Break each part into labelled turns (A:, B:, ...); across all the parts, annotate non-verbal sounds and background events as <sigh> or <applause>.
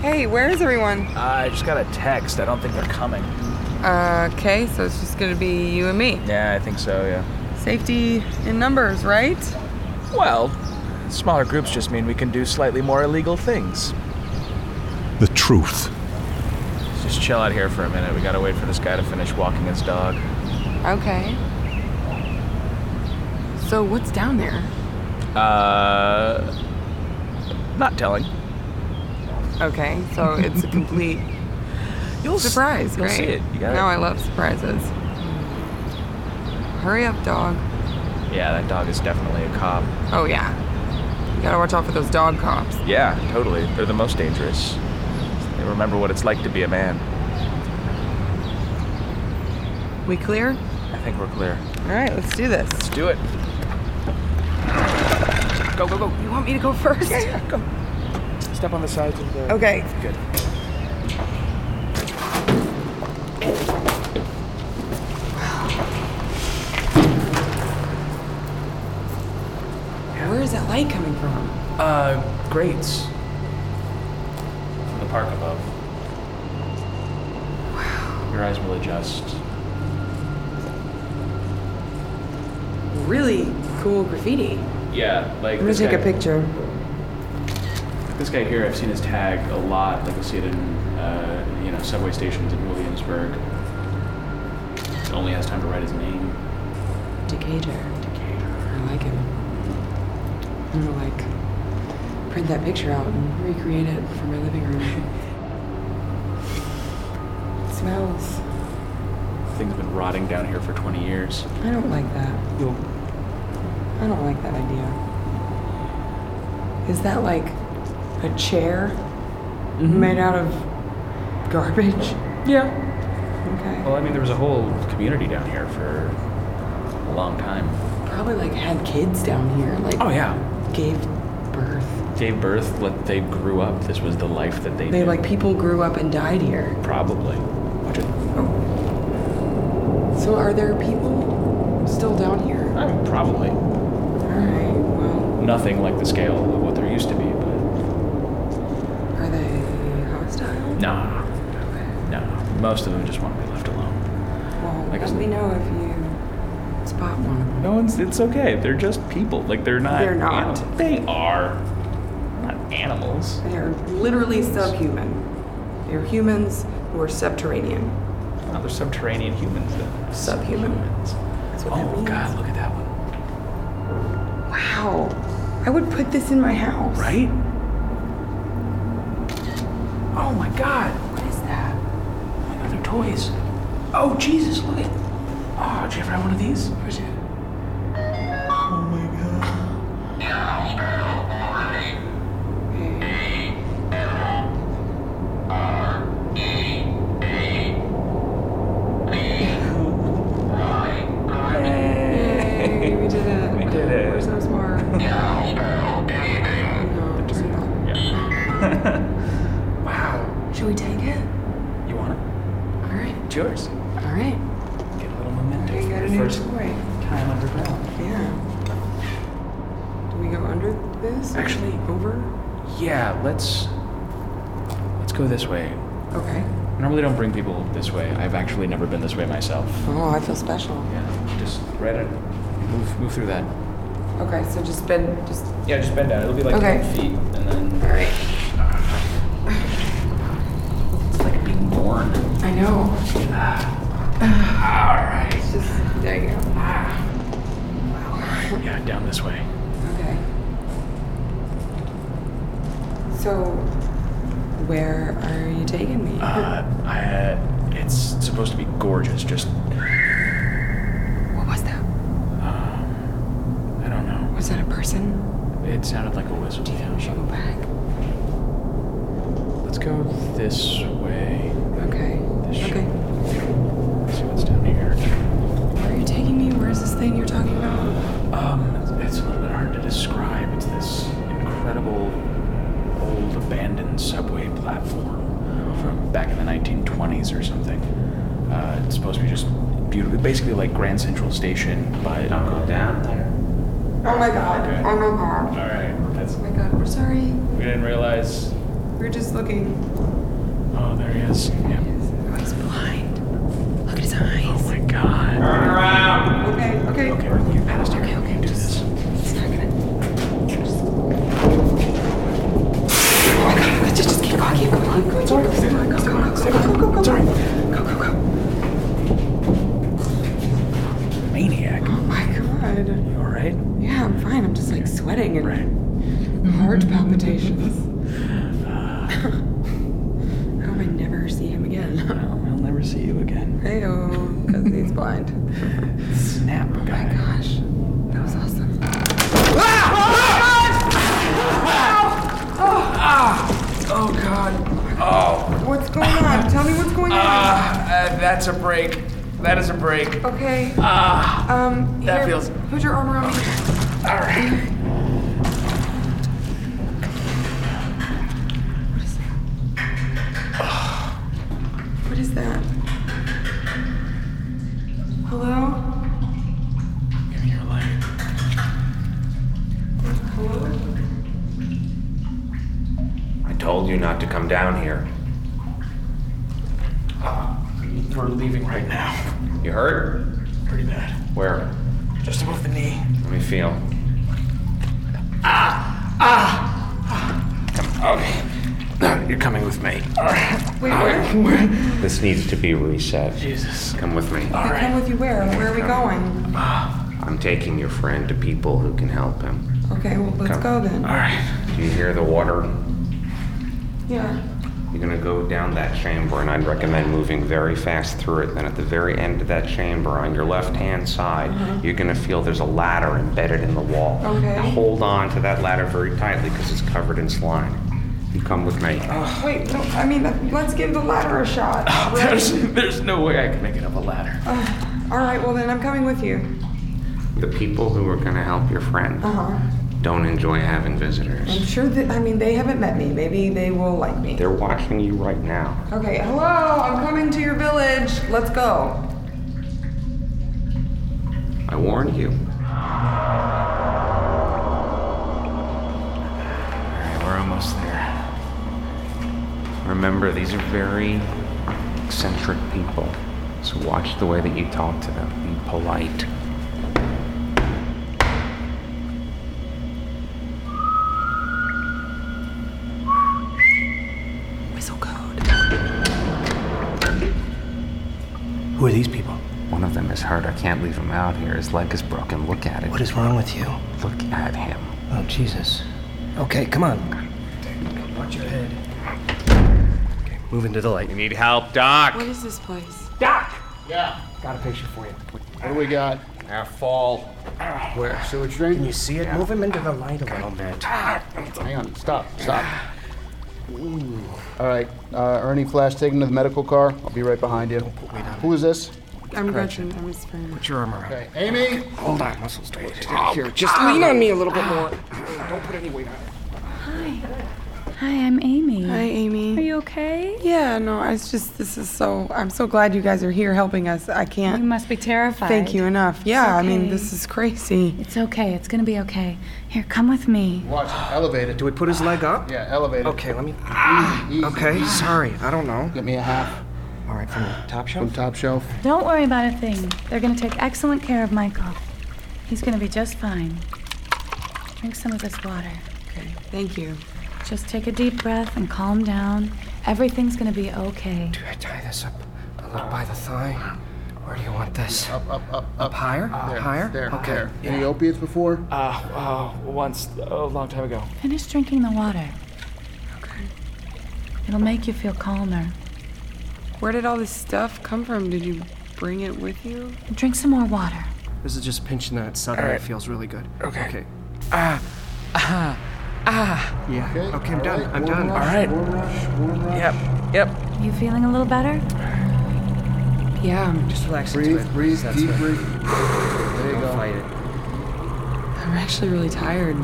A: Hey, where is everyone?
B: I just got a text. I don't think they're coming.
A: Uh, okay, so it's just gonna be you and me.
B: Yeah, I think so, yeah.
A: Safety in numbers, right?
B: Well, smaller groups just mean we can do slightly more illegal things.
C: The truth.
B: Let's just chill out here for a minute. We gotta wait for this guy to finish walking his dog.
A: Okay. So what's down there?
B: Uh. Not telling.
A: Okay, so it's a <laughs> complete
B: You'll s-
A: surprise.
B: You'll
A: Great.
B: see it. You got
A: now
B: it.
A: I love surprises. Hurry up, dog.
B: Yeah, that dog is definitely a cop.
A: Oh yeah. You gotta watch out for those dog cops.
B: Yeah, totally. They're the most dangerous. They remember what it's like to be a man.
A: We clear?
B: I think we're clear.
A: All right, let's do this.
B: Let's do it. Go, go, go.
A: You want me to go first?
B: Go. Step on the sides of the.
A: Okay.
B: Good.
A: Where is that light coming from?
B: Uh, grates. From the park above. Your eyes will adjust.
A: Really cool graffiti.
B: Yeah, like.
A: Let me
B: this
A: take a
B: guy-
A: picture.
B: This guy here, I've seen his tag a lot. Like, I see it in, uh, you know, subway stations in Williamsburg. He only has time to write his name.
A: Decatur. I like him. I'm gonna like print that picture out and recreate it for my living room. <laughs> It smells.
B: Things have been rotting down here for 20 years.
A: I don't like that.
B: You'll
A: I don't like that idea. Is that like a chair
B: Mm-hmm.
A: made out of garbage?
B: <laughs> Yeah.
A: Okay.
B: Well, I mean, there was a whole community down here for a long time.
A: Probably like had kids down here, like
B: Oh yeah.
A: gave birth.
B: Gave birth, let they grew up. This was the life that they.
A: They
B: knew.
A: like people grew up and died here.
B: Probably. Watch it.
A: So are there people still down here?
B: I mean, probably.
A: All right. Well.
B: Nothing like the scale of what there used to be, but
A: Are they hostile?
B: nah, nah. Most of them just want to be left alone.
A: Well,
B: Like I
A: let
B: said-
A: me know if you spot one.
B: No one's. It's okay. They're just people. Like they're not.
A: They're not.
B: anim- They are. Not animals.
A: They're literally subhuman. They're humans who are subterranean.
B: No, they're subterranean humans. Then.
A: Subhuman. That's what that
B: Oh
A: means.
B: God! Look at that one.
A: Wow. I would put this in my house.
B: Right? Oh my God!
A: What is that?
B: Oh, they're toys. Oh Jesus! Look at. Oh, did you ever have one of these? Where's it?
A: Okay. Yay, we did it.
B: We did it.
A: We're so smart. No, turn it off.
B: wow.
A: Should we take it?
B: You want it?
A: All right.
B: It's yours.
A: All right.
B: Get a little memento.
A: I
B: for
A: got
B: your
A: a new
B: first
A: toy.
B: time underground.
A: Yeah. Do we go under this?
B: Actually-
A: over?
B: Yeah, let's let's go this way.
A: Okay.
B: I normally don't bring people this way. I've actually never been this way myself.
A: Oh, I feel special.
B: Yeah, just right at move move through that.
A: Okay, so just been just
B: Yeah, just bend down. It'll be like
A: Okay.
B: 10 feet, and then
A: all right.
B: it's like being born.
A: I know.
B: All right.
A: It's just there you go.
B: Yeah, down this way.
A: Okay. So, where are you taking me? me.
B: Uh, I, it's supposed to be gorgeous. Just
A: what was that?
B: um, I don't know.
A: Was that a person?
B: It sounded like a whistle.
A: Do you think we should go back?
B: Let's go this way.
A: Okay.
B: This should-
A: Okay.
B: Let's see what's down here.
A: Where are you taking me? Where's this thing you're talking about?
B: Um, it's, it's a little bit hard to describe. It's this incredible old abandoned subway platform from back in the 1920s or something. Uh, it's supposed to be just beautiful, basically like Grand Central Station, but don't go down there.
A: Oh my god.
B: Okay.
A: Oh my god.
B: All right, that's
A: Oh my god. We're sorry.
B: we didn't realize.
A: We're just looking.
B: Oh, there he is. Yeah.
A: Oh, he's blind. Look at his eyes.
B: Oh my God.
A: Okay, okay.
B: Okay, we're looking past here.
A: Okay,
B: We can
A: okay.
B: do this.
A: It's not gonna. Oh Just... Oh my god, let's just, just keep going, keep going, keep going. Sorry, keep going. Go, go, go, go, go, go, go, go. Sorry. Go, go, go.
B: Maniac.
A: Oh my god.
B: You all right?
A: Yeah, I'm fine. I'm just like sweating and
B: Right.
A: heart palpitations. <laughs> I hope I never see him again. <laughs>
B: Well, I'll never see you again.
A: Heyo, because he's blind. Oh
B: Snap, guy. Ah!
A: Gosh, that was awesome.
B: Oh God! Oh,
A: What's going on? Tell me what's going on.
B: uh, that's a break. That is a break.
A: okay.
B: Ah,
A: Um,
B: That
A: here,
B: feels-
A: Put your arm around me.
B: all right.
A: What is that? Hello?
B: Give me your light.
A: Hello?
D: I told you not to come down here.
B: Uh, We're leaving right now.
D: You hurt?
B: Pretty bad.
D: Where?
B: Just above the knee.
D: Let me feel.
B: Ah, Okay. You're coming with me. All right.
A: Wait, where?
D: This needs to be reset.
B: Jesus.
D: Come with me.
B: All
A: I come
B: right.
A: with you where? Where are we going?
D: I'm taking your friend to people who can help him.
A: Okay, well, let's
D: Come.
A: go then.
B: All right.
D: Do you hear the water?
A: Yeah.
D: You're gonna go down that chamber, and I'd recommend moving very fast through it. Then at the very end of that chamber, on your left hand side, you're gonna feel there's a ladder embedded in the wall.
A: Mm-hmm. Okay.
D: Now hold on to that ladder very tightly because it's covered in slime. You come with me.
A: Wait, no, I mean, let's give the ladder a
B: <sighs>
A: shot.
B: There's, there's no way I can make it up a ladder.
A: All right, well, then I'm coming with you.
D: The people who are gonna help your friend
A: Uh-huh.
D: don't enjoy having visitors.
A: I'm sure that, I mean, they haven't met me. Maybe they will like me.
D: They're watching you right now.
A: Okay, hello, I'm coming to your village. Let's go.
D: I warned you.
B: We're almost there.
D: Remember, these are very eccentric people. So watch the way that you talk to them. Be polite.
A: Whistle code.
E: Who are these people?
D: One of them is hurt. I can't leave him out here. His leg is broken. Look at it.
E: What is wrong with you?
D: Look at him.
E: Oh, Jesus. Okay, come on. Watch your head. Okay, moving to the light.
D: Need help, Doc?
A: What is this place?
E: Got a picture for you.
F: What do we got?
D: Our fall.
E: Where?
F: Sewage
E: Can
F: drain?
E: you see it? Move him into the light a little bit.
F: Hang on. Stop. Stop. All right. Uh, Ernie Flash, taken to the medical car. I'll be right behind you. Who is this?
A: I'm Gretchen. I'm his friend.
E: Put your arm around.
F: Okay. Amy.
E: Hold on, muscles Ah. tight.
F: Here. Just
A: Lean on me a little bit more.
G: Hi, I'm Amy.
A: Hi, Amy.
G: Are you okay?
A: Yeah, no, it's just this is so. I'm so glad you guys are here helping us. I can't
G: You must be terrified.
A: thank you enough. Yeah, I mean
G: okay.
A: this is crazy.
G: It's okay. It's gonna be okay. Here, come with me.
F: watch. Elevate it.
E: Do we put his leg up?
F: Yeah. Elevate it.
E: Okay, let me.
F: Easy.
E: Okay, sorry. I don't know.
F: Get me a half
E: All right, from the top
F: from
E: shelf.
F: top shelf.
G: Don't worry about a thing. They're gonna take excellent care of Michael. He's gonna be just fine. Drink some of this water.
A: Okay, thank you.
G: Just take a deep breath and calm down. Everything's gonna be okay.
E: Do I tie this up a little by the thigh? Where do you want this?
F: Up. Up. Up. Up.
E: higher?
F: There,
E: higher?
F: There.
E: Okay.
F: There. Any opiates before?
B: Uh, uh, once a long time ago.
G: Finish drinking the water.
A: Okay.
G: It'll make you feel calmer.
A: Where did all this stuff come from? Did you bring it with you?
G: Drink some more water.
E: This is just pinching that sucker. It feels really good.
B: Okay.
E: Okay. Ah. Ah. Ah. Yeah. Okay, I'm done.
F: alright,
E: I'm
F: warm
E: done.
F: rush,
B: right.
F: Warm rush, warm rush.
E: Yep. Yep.
G: You feeling a little better?
A: Yeah, I'm
E: Just relax into
F: Breathe,
E: it.
F: breathe,
E: That's
F: deep
E: what-
F: breathe. There you
E: Don't
F: go.
E: fight it.
A: I'm actually really tired.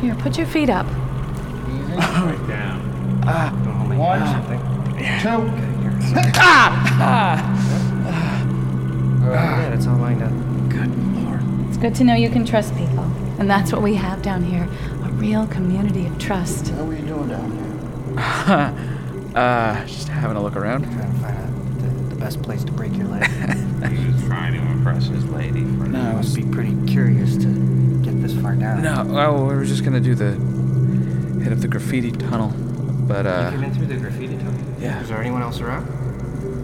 G: Here, put your feet up.
B: Right down.
E: Don't hold my
F: One.
E: hand or something.
F: Two. Ah.
E: Yeah, it's all lined up.
G: It's good to know you can trust people. And that's what we have down here a real community of trust.
F: How are you doing down
B: Uh, just having a look around.
E: Trying to find
F: Ah.
E: out the, the best place to break your leg.
D: He was trying to impress his lady. For
B: No, I
E: Must
B: was.
E: be pretty curious to get this far down.
B: No, oh, we were just gonna do the hit of the graffiti tunnel, but
E: Came
B: uh,
E: in through the graffiti tunnel.
B: yeah.
E: Is there anyone else around?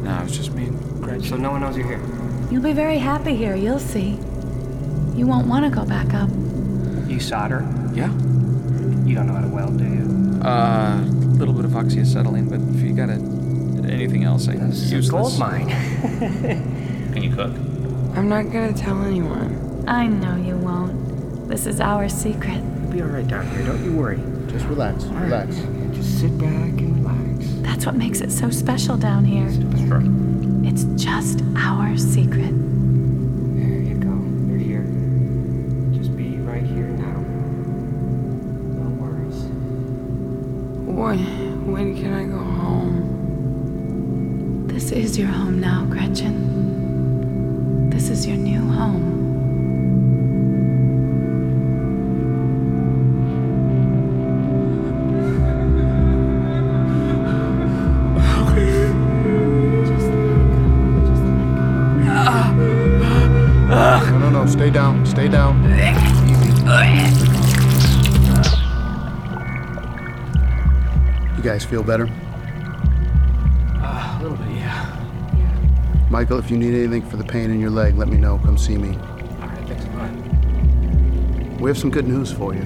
B: No, it was just me. and Gretchen.
E: So no one knows you're here.
G: You'll be very happy here, you'll see. You won't want to go back up.
E: You solder.
B: Yeah.
E: You don't know how to weld, do you?
B: Uh, a little bit of oxyacetylene, but if you got a, anything else, I
E: This
B: use this.
E: is a gold mine. <laughs>
D: Can you cook?
A: I'm not gonna tell anyone.
G: I know you won't. This is our secret.
E: You'll be all right down here. Don't you worry.
F: there? Just relax, relax.
E: Just sit back and relax.
G: That's what makes it so special down here. It's just our secret.
E: There you go. You're here. Just be right here now. No worries.
A: When, when can I go home?
G: This is your home now, Gretchen. This is your new home.
F: No, no, no. Stay down. Stay down. You guys feel better?
B: Uh, A little bit, yeah.
F: Michael, if you need anything for the pain in your leg, let me know. Come see me.
B: All right, thanks a lot.
F: We have some good news for you.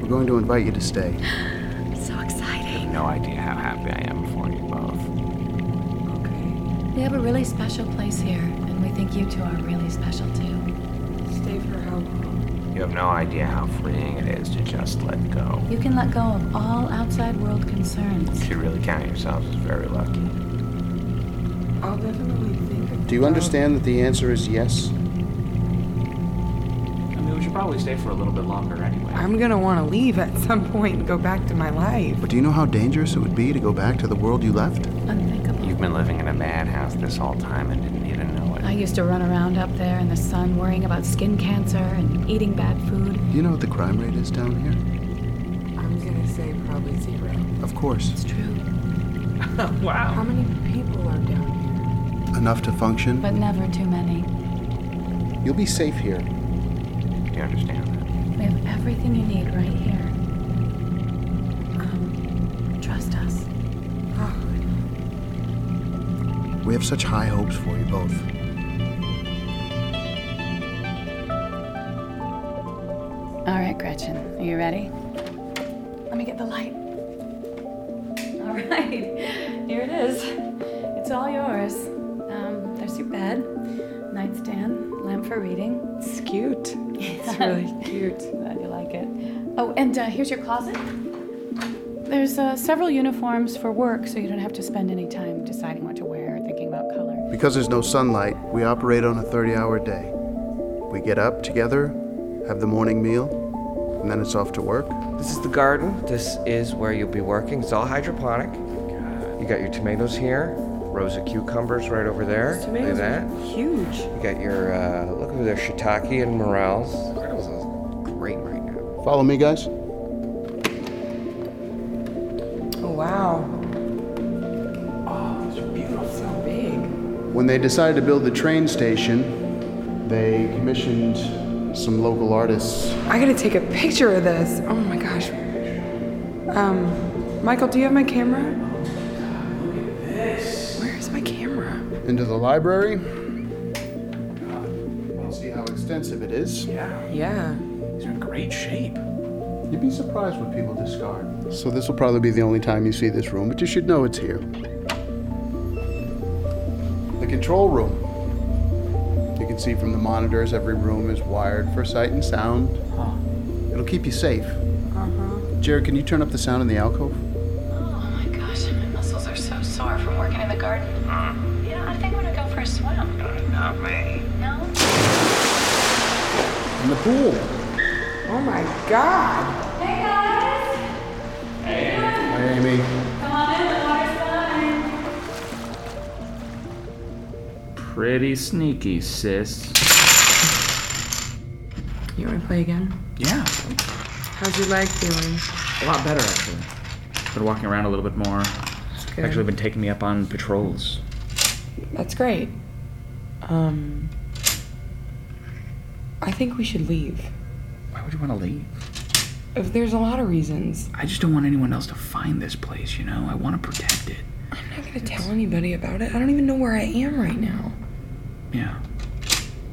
F: We're going to invite you to stay.
G: So exciting.
D: No idea how happy I am for you both.
G: We have a really special place here, and we think you two are really special too.
A: Stay for how long?
D: You have no idea how freeing it is to just let go.
G: You can let go of all outside world concerns.
D: If you really count yourselves as very lucky.
A: I'll definitely think of
F: Do you
A: about-
F: understand that the answer is yes?
B: I mean, we should probably stay for a little bit longer anyway.
A: I'm gonna wanna leave at some point and go back to my life.
F: But do you know how dangerous it would be to go back to the world you left?
G: Unthinkable.
D: You've been living in a madhouse this whole time and didn't even know
G: I
D: it.
G: used to run around up there in the sun worrying about skin cancer and eating bad food.
F: Do you know what the crime rate is down here?
A: I'm gonna say probably zero.
F: Of course.
G: It's true.
A: How many people are down here?
F: Enough to function.
G: But never too many.
F: You'll be safe here.
D: Do you understand that?
G: We have everything you need right here. Um, trust us.
F: We have such high hopes for you both.
G: All right, Gretchen, are you ready? Let me get the light. All right, <laughs> here it is. It's all yours. Um, there's your bed, nightstand, lamp for reading.
A: It's cute.
G: <laughs>
A: It's really cute.
G: Glad you like it. Oh, and uh, here's your closet. There's uh, several uniforms for work, so you don't have to spend any time deciding what to wear or thinking about color.
F: Because there's no sunlight, we operate on a 30 hour day. We get up together, have the morning meal, and then it's off to work.
H: This is the garden. This is where you'll be working. It's all hydroponic. You got your tomatoes here, rows of cucumbers right over there. Look at
A: Tomatoes
H: that.
A: are huge.
H: You got your, uh, look over there, shiitake and morels. This is great right now.
F: Follow me, guys.
A: Oh, wow. Oh,
B: beautiful.
A: So big.
F: When they decided to build the train station, they commissioned some local artists.
A: I gotta take a picture of this. Oh my gosh. Um, Michael, do you have my camera? Where's my camera?
F: into the library. See how extensive it is.
B: Yeah,
A: Yeah.
B: he's in great shape.
F: You You'd be surprised what people discard. So this will probably be the only time you see this room, but you should know it's here. The control room. You can see from the monitors every room is wired for sight and sound. It'll keep you safe.
A: Uh-huh.
F: Jared, can you turn up the sound in the alcove?
G: Oh my gosh, my muscles are so sore from working in the garden. Yeah, I think I'm gonna go for a swim.
D: Not me.
G: No?
F: In the pool.
A: Oh my god.
G: Hey guys!
F: Hi, Amy.
G: Come on in, the water's fine.
B: Pretty sneaky, sis.
A: You want to play again?
B: Yeah,
A: How's your leg feeling?
B: a lot better actually. Been walking around a little bit more.
A: good.
B: Actually, been taking me up on patrols.
A: That's great. Um, I think we should leave.
B: Why would you want to leave?
A: If there's a lot of reasons.
B: I just don't want anyone else to find this place, you know? I want to protect it.
A: I'm not gonna tell anybody about it. I don't even know where I am right now.
B: Yeah.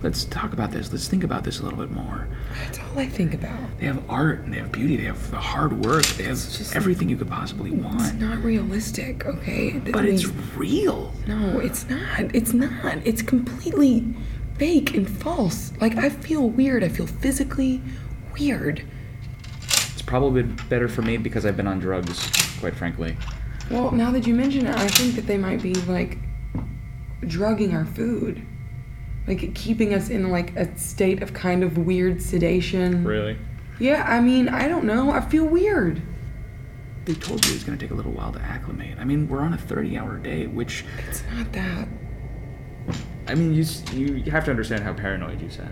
B: Let's talk about this. Let's think about this a little bit more.
A: That's all I think about.
B: They have art and they have beauty. They have hard work. They have
A: just-
B: everything you could possibly
A: It's
B: want.
A: not realistic, okay? Th-
B: But
A: I mean,
B: it's real.
A: no, it's not. It's not. It's completely fake and false. Like I feel weird. I feel physically weird.
B: It's probably better for me because I've been on drugs, quite frankly.
A: Well, now that you mention it, I think that they might be like drugging our food. Like keeping us in like a state of kind of weird sedation.
B: Really?
A: Yeah, I mean, I don't know. I feel weird.
B: They told you it was going to take a little while to acclimate. I mean, we're on a 30 hour day, which,
A: It's not that.
B: I mean, you, s- you, you have to understand how paranoid you sound.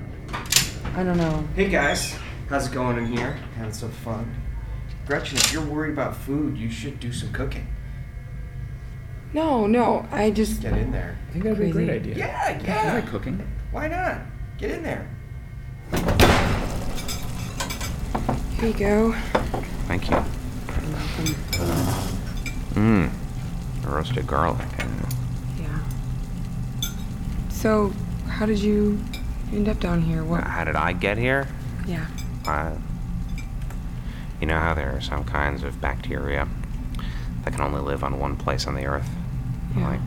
A: I don't know.
E: Hey guys, how's it going in here? Having some fun. Gretchen, if you're worried about food, you should do some cooking.
A: No, no. I just
E: Get in there.
B: I think that'd be a great idea.
E: Yeah,
B: I
E: yeah.
B: like cooking.
E: Why not? Get in there.
A: here you go.
D: Thank you.
B: Uh,
D: Mmm. Roasted garlic.
A: Yeah. So, how did you end up down here? What?
D: How did I get here?
A: Yeah.
D: Uh, you know how there are some kinds of bacteria that can only live on one place on the earth?
A: Yeah.
D: Like,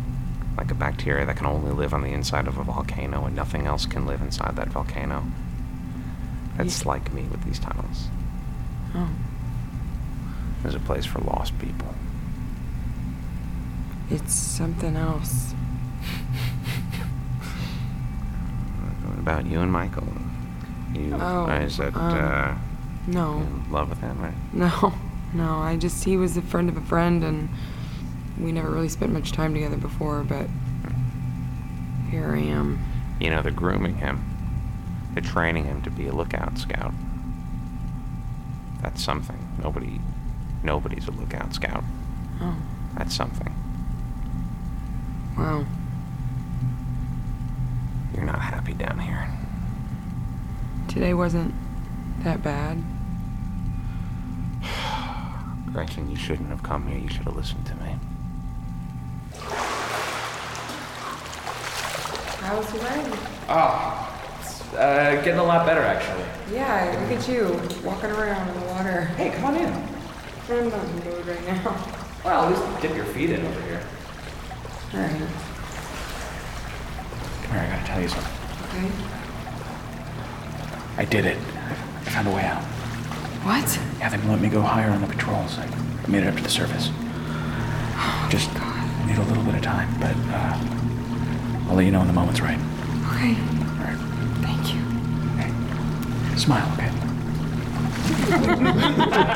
D: like a bacteria that can only live on the inside of a volcano and nothing else can live inside that volcano? That's like me with these tunnels.
A: Oh.
D: There's a place for
A: <laughs>
D: lost people.
A: It's something else.
D: What about you and Michael? You,
A: Oh,
D: is that,
A: um, oh.
D: uh, you
A: No.
D: in love with him, right?
A: No. <laughs> No. I just he was a friend of a friend, and we never really spent much time together before. But here I am.
D: You know, they're grooming him. They're training him to be a lookout scout. That's something. Nobody, nobody's a lookout scout.
A: Oh.
D: That's something.
A: Wow.
D: You're not happy down here.
A: Today wasn't that bad.
D: Gretchen, you shouldn't have come here. You should have listened to me.
A: How was your leg?
B: Uh, getting a lot better, actually.
A: Yeah. Look at you walking around in the water.
B: Hey, come on in.
A: I'm not in the mood right now.
B: Well, at least dip your feet in over here.
A: <laughs> All right.
B: Come here, I gotta tell you something.
A: Okay.
B: I did it. I found a way out.
A: What?
B: Yeah, they won't let me go higher on the patrols. I I made it up to the surface. Just need a little bit of time, but uh, I'll let you know when the moment's right.
A: Okay.
B: All right.
A: Thank you.
B: Smile,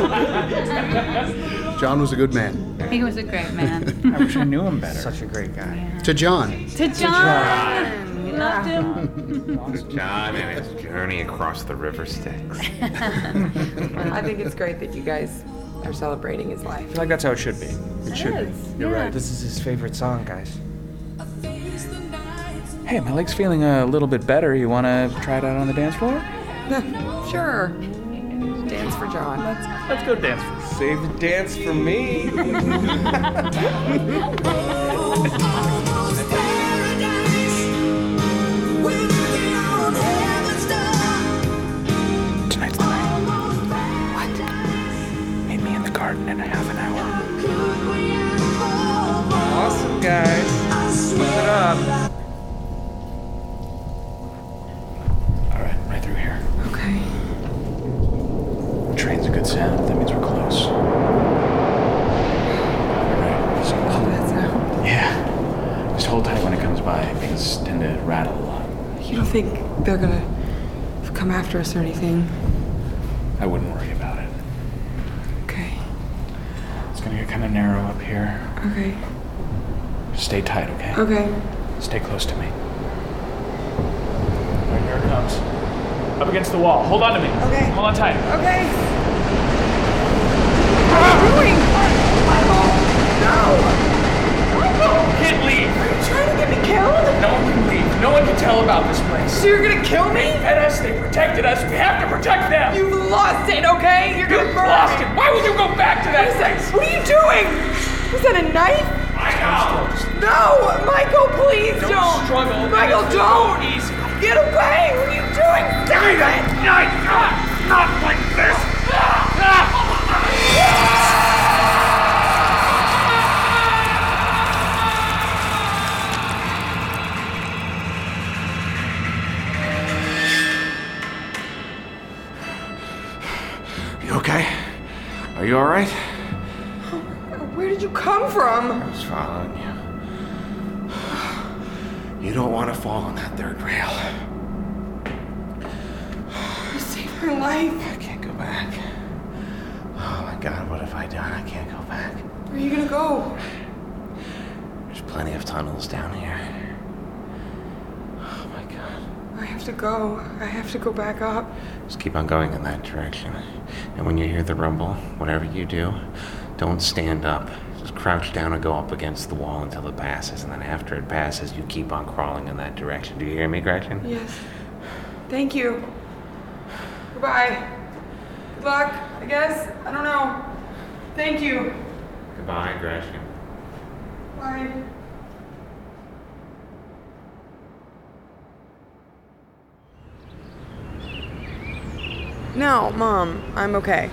B: okay?
F: John was a good man.
G: He was a great man.
B: I <laughs> wish I knew him better.
E: Such a great guy.
F: To John.
G: to John! We loved him.
D: John and his journey across the river Styx.
A: I think it's great that you guys are celebrating his life.
E: I feel like that's how it should be. It should
G: is,
E: be. You're
G: yeah.
E: right. This is his favorite song, guys.
B: Hey, my leg's feeling a little bit better. You wanna try it out on the dance floor?
A: Sure. Dance for John.
B: Let's go dance floor.
E: Save the dance for me.
B: <laughs> Tonight's the night.
G: What?
I: guys. Move it up.
B: All right, right through here. Okay. Train's a good sound. That means we're close. Oh, that's
A: out.
B: Yeah. Just hold tight when it comes by because tend to rattle a lot.
A: You don't think they're gonna come after us or anything?
B: I wouldn't worry about it.
A: Okay.
B: It's gonna get kind of narrow up here.
A: Okay.
B: Stay tight, okay?
A: Okay.
B: Stay close to me. All right, here it comes. Up against the wall. Hold on to me. Okay. Hold on tight.
A: Okay. What are you doing? Michael, no! Michael!
B: Can't leave!
A: Are you trying to get me killed?
B: No one can leave. No one can tell about this place.
A: So you're gonna kill
B: They
A: me?
B: fed us. They protected us. We have to protect them.
A: You've lost it, okay? You're gonna
B: You've
A: murder
B: lost
A: me.
B: it. Why would you go back to that place?
A: What are you doing? Is that a knife?
B: I know.
A: No! Michael, please
B: Don't
A: don't!
B: struggle.
A: Michael,
B: It's
A: don't!
B: so easy.
A: Get away! What are you doing? Stop it!
B: Not like this.
D: You okay? Are you alright?
A: Where did you come from?
D: I was following you. You don't want to fall on that third rail.
A: You saved my life.
D: I can't go back. Oh my god, what have I done? I can't go back.
A: Where are you gonna go?
D: There's plenty of tunnels down here. Oh my god.
A: I have to go. I have to go back up.
D: Just keep on going in that direction. And when you hear the rumble, whatever you do, don't stand up. Just crouch down and go up against the wall until it passes, and then after it passes, you keep on crawling in that direction. Do you hear me, Gretchen?
A: Yes. Thank you. Goodbye. Good luck, I guess. I don't know. Thank you.
D: Goodbye, Gretchen.
A: Bye. No, Mom, I'm okay.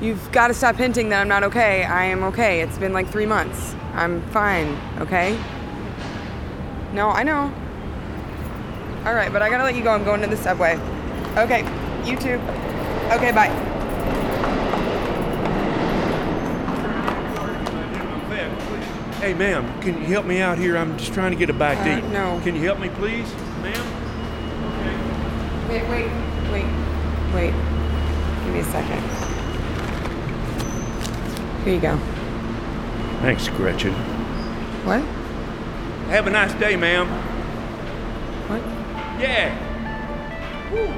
A: You've got to stop hinting that I'm not okay. I am okay. It's been like three months. I'm fine, okay? No, I know. All right, but I gotta let you go. I'm going to the subway. Okay, you too. Okay, bye.
J: Hey, ma'am, can you help me out here? I'm just trying to get a bite to
A: Uh,
J: eat.
A: no.
J: Can you help me, please, ma'am?
A: Wait, wait, wait, wait. Give me a second. Here you go.
J: Thanks, Gretchen.
A: What?
J: Have a nice day, ma'am.
A: What?
J: Yeah. Woo.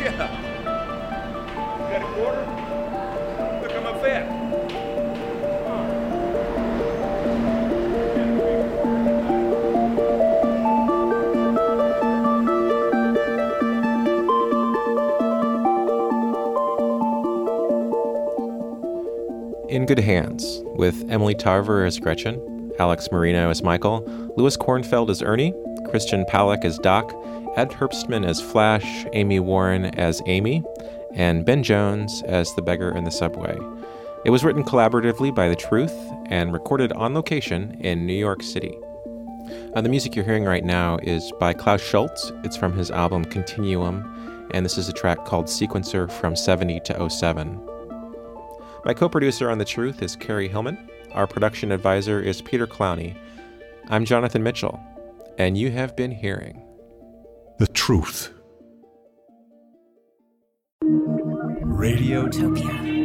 J: Yeah. You got a quarter? Look, I'm a vet.
E: In Good Hands, with Emily Tarver as Gretchen, Alex Marino as Michael, Louis Kornfeld as Ernie, Christian Palak as Doc, Ed Herbstman as Flash, Amy Warren as Amy, and Ben Jones as the beggar in the subway. It was written collaboratively by The Truth and recorded on location in New York City. Uh, the music you're hearing right now is by Klaus Schultz. It's from his album Continuum, and this is a track called Sequencer from 70 to 07. My co producer on The Truth is Carrie Hillman. Our production advisor is Peter Clowney. I'm Jonathan Mitchell, and you have been hearing.
C: The truth.
E: Radio
K: Utopia.